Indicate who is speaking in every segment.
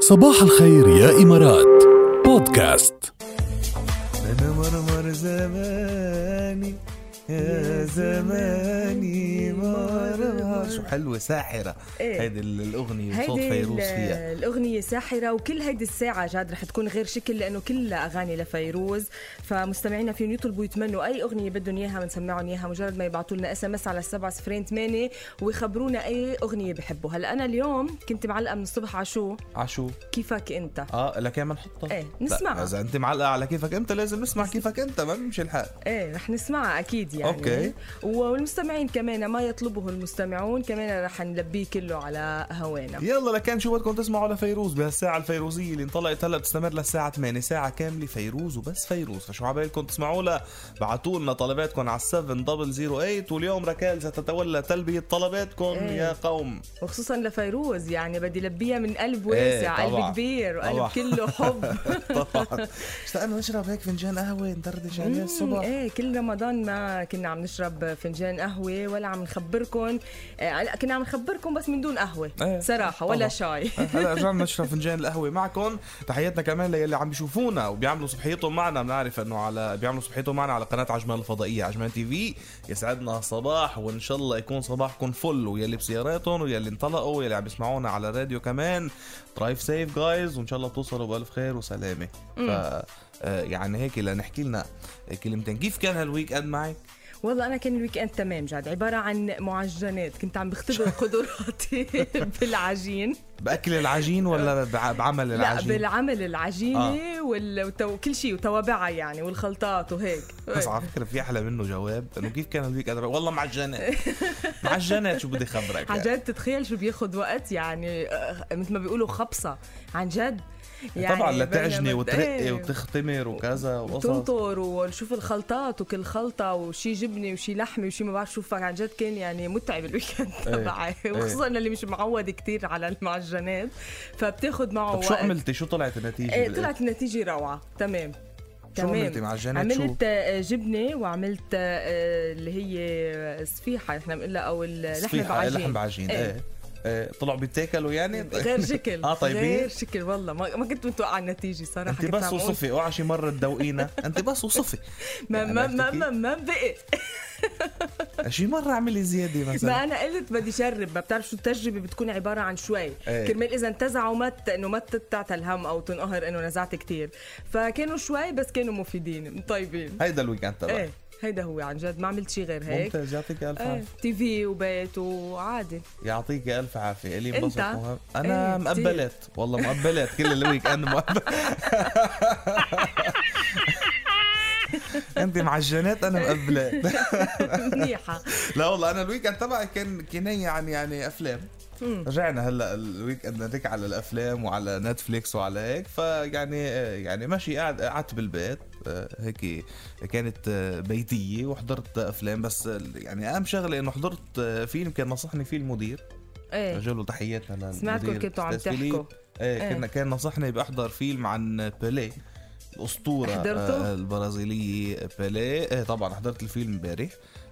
Speaker 1: صباح الخير يا إمارات بودكاست
Speaker 2: أنا مرمر زماني يا زماني مرمر شو حلوة ساحرة
Speaker 3: إيه.
Speaker 2: هيدي ال- الأغنية صوت
Speaker 3: هيدي ال-
Speaker 2: فيروز فيها
Speaker 3: الأغنية ساحرة وكل هيدي الساعة جاد رح تكون غير شكل لأنه كلها أغاني لفيروز فمستمعينا فيهم يطلبوا يتمنوا أي أغنية بدهم إياها بنسمعهم إياها مجرد ما يبعثوا لنا اس ام اس على 7028 ويخبرونا أي أغنية بحبوا هلا أنا اليوم كنت معلقة من الصبح على شو
Speaker 2: عشو
Speaker 3: كيفك أنت
Speaker 2: اه لك ما نحطها
Speaker 3: إيه،
Speaker 2: لا،
Speaker 3: نسمعها.
Speaker 2: اذا انت معلقه على كيفك انت لازم نسمع كيفك انت ما بيمشي الحال
Speaker 3: ايه رح نسمعها اكيد يعني
Speaker 2: أوكي.
Speaker 3: والمستمعين كمان ما يطلبه المستمعون كمان رح نلبيه كله على هوانا
Speaker 2: يلا لكان شو بدكم تسمعوا لفيروز بهالساعه الفيروزيه اللي انطلقت هلا بتستمر للساعه 8 ساعه كامله فيروز وبس فيروز فشو عبالكم تسمعوا لها بعتوا لنا طلباتكم على 7008 واليوم ركال ستتولى تلبيه طلباتكم
Speaker 3: إيه.
Speaker 2: يا قوم
Speaker 3: وخصوصا لفيروز يعني بدي لبيها من قلب واسع
Speaker 2: إيه، طبعاً.
Speaker 3: قلب كبير
Speaker 2: طبعاً.
Speaker 3: وقلب كله حب
Speaker 2: طبعا اشتقنا نشرب هيك فنجان قهوه ندردش عليه
Speaker 3: مم،
Speaker 2: الصبح
Speaker 3: ايه كل رمضان ما كنا عم نشرب فنجان قهوه ولا عم نخبركم آه لا، كنا عم نخبركم بس من دون قهوه
Speaker 2: إيه،
Speaker 3: صراحه
Speaker 2: طبعاً. إيه.
Speaker 3: ولا شاي
Speaker 2: هلا رجعنا نشرب فنجان القهوه معكم تحياتنا كمان للي عم بيشوفونا وبيعملوا صبحيتهم معنا بنعرف انه على بيعملوا صبحيتهم معنا على قناه عجمان الفضائيه عجمان تي في يسعدنا صباح وان شاء الله يكون صباحكم فل ويلي بسياراتهم ويلي انطلقوا ويلي عم يسمعونا على الراديو كمان درايف سيف جايز وان شاء الله بتوصلوا بالف خير وسلامه ف آه، يعني هيك لنحكي لنا كلمتين كيف كان هالويك اند معك؟
Speaker 3: والله انا كان الويك اند تمام جد عباره عن معجنات كنت عم بختبر قدراتي بالعجين
Speaker 2: باكل العجين ولا بع- بعمل
Speaker 3: لا
Speaker 2: العجين؟ آه.
Speaker 3: بالعمل العجينه وال- والتو- وكل شيء وتوابعها يعني والخلطات وهيك إيه.
Speaker 2: بس على فكره في احلى منه جواب انه كيف كان الويك اند والله معجنات معجنات شو بدي خبرك
Speaker 3: عن
Speaker 2: يعني.
Speaker 3: جد تتخيل شو بياخد وقت يعني آه، مثل ما بيقولوا خبصه عن جد يعني
Speaker 2: طبعا
Speaker 3: بينما
Speaker 2: لتعجني
Speaker 3: بت-
Speaker 2: وترقي
Speaker 3: إيه.
Speaker 2: وتختمر وكذا وقصص
Speaker 3: تنطر ونشوف الخلطات وكل خلطه وشي جبنه وشي لحمه وشي ما بعرف شو فك عن جد كان يعني متعب الويكند
Speaker 2: إيه،
Speaker 3: تبعي وخصوصا اللي مش معود كتير على المعجنات فبتاخد معه
Speaker 2: طب شو
Speaker 3: وقت
Speaker 2: عملتي شو طلعت النتيجه
Speaker 3: ايه
Speaker 2: بالآخر؟
Speaker 3: طلعت النتيجه روعه تمام
Speaker 2: شو عملتي مع الجنات؟
Speaker 3: عملت
Speaker 2: شو؟
Speaker 3: آه، جبنه وعملت آه، اللي هي سفيحه احنا بنقولها او اللحمه
Speaker 2: صفيحة،
Speaker 3: بعجين
Speaker 2: لحم آه، بعجين
Speaker 3: إيه.
Speaker 2: ايه إيه، طلعوا بيتاكلوا يعني
Speaker 3: غير شكل
Speaker 2: اه طيبين
Speaker 3: غير شكل والله ما, ما كنت متوقع النتيجه صراحه
Speaker 2: انت
Speaker 3: كنت
Speaker 2: بس
Speaker 3: عم أقول
Speaker 2: وصفي يعني اوعى شي مره تذوقينا انت بس وصفي
Speaker 3: ما ما
Speaker 2: عرفتي
Speaker 3: ما
Speaker 2: كيف؟
Speaker 3: ما, ما بقي
Speaker 2: شي مره اعملي زياده
Speaker 3: ما
Speaker 2: مثلا
Speaker 3: انا قلت بدي جرب ما بتعرف شو التجربه بتكون عباره عن شوي
Speaker 2: إيه.
Speaker 3: كرمال اذا انتزعوا ما ت- انه ما تتعتى الهم او تنقهر انه نزعت كتير فكانوا شوي بس كانوا مفيدين طيبين
Speaker 2: هيدا الويك اند تبعك
Speaker 3: ايه هيدا هو عن جد ما عملت شيء غير هيك
Speaker 2: آه. ممتاز آه. يعطيك الف
Speaker 3: ايه
Speaker 2: عافيه
Speaker 3: تي في وبيت وعادي
Speaker 2: يعطيك الف عافيه الي انبسط
Speaker 3: أنت؟
Speaker 2: مهم انا
Speaker 3: إيه، كتير.
Speaker 2: مقبلت والله مقبلت كل الويك اند مقبل انت معجنات انا مقبلات
Speaker 3: منيحه
Speaker 2: لا والله انا الويك اند تبعي كان كنايه عن يعني افلام رجعنا هلا الويك اند هيك على الافلام وعلى نتفليكس وعلى هيك فيعني يعني ماشي قاعد قعدت بالبيت آه، هيك كانت آه، بيتيه وحضرت افلام بس آه، يعني اهم شغله انه حضرت آه، فيلم كان نصحني فيه المدير
Speaker 3: ايه
Speaker 2: رجل تحياتنا للمدير
Speaker 3: سمعتكم كنتوا عم
Speaker 2: أستاذ
Speaker 3: تحكوا.
Speaker 2: فيليب. ايه
Speaker 3: إيه.
Speaker 2: كنا كان نصحني باحضر فيلم عن بيليه الاسطوره
Speaker 3: حضرته؟
Speaker 2: آه، البرازيليه بيليه ايه طبعا حضرت الفيلم امبارح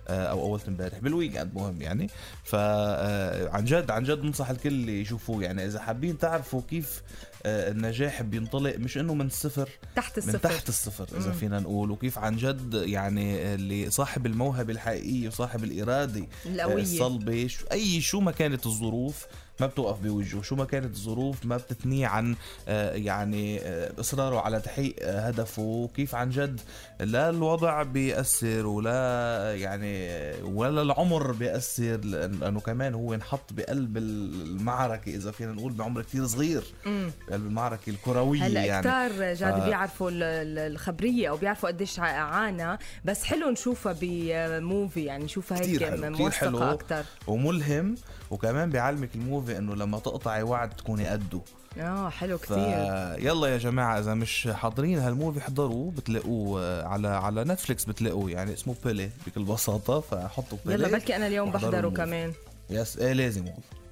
Speaker 2: آه، او اول امبارح بالويكند مهم يعني فعن جد عن جد بنصح الكل يشوفوه يعني اذا حابين تعرفوا كيف آه، النجاح بينطلق مش انه من الصفر
Speaker 3: تحت الصفر
Speaker 2: من تحت الصفر اذا فينا نقول وكيف عن جد يعني اللي صاحب الموهبه الحقيقيه وصاحب الاراده
Speaker 3: القوية.
Speaker 2: الصلبه شو- اي شو ما كانت الظروف ما بتوقف بوجهه شو ما كانت الظروف ما بتثنيه عن آه، يعني آه، اصراره على تحقيق آه، هدفه وكيف عن جد لا الوضع بيأثر ولا يعني ولا العمر بيأثر لانه كمان هو انحط بقلب المعركه اذا فينا نقول بعمر كثير صغير بقلب المعركه الكرويه
Speaker 3: هلا
Speaker 2: يعني
Speaker 3: كتار جاد
Speaker 2: آه.
Speaker 3: بيعرفوا ال- ال- الخبريه او بيعرفوا قديش ع- عانى بس حلو نشوفها بموفي يعني نشوفها هيك
Speaker 2: كتير حلو كتير حلو
Speaker 3: موثقه اكثر
Speaker 2: وملهم وكمان بيعلمك الموفي انه لما تقطعي وعد تكوني قده
Speaker 3: اه حلو كثير
Speaker 2: فيلا يا جماعه اذا مش حاضرين هالموفي احضروه بتلاقوه آه، على على نتفليكس بتلاقوه يعني اسمه بيلي بكل بساطه فحطوا بيلي
Speaker 3: يلا بلكي انا اليوم
Speaker 2: واحضروا
Speaker 3: بحضره
Speaker 2: الموفي.
Speaker 3: كمان
Speaker 2: يس ايه لازم والله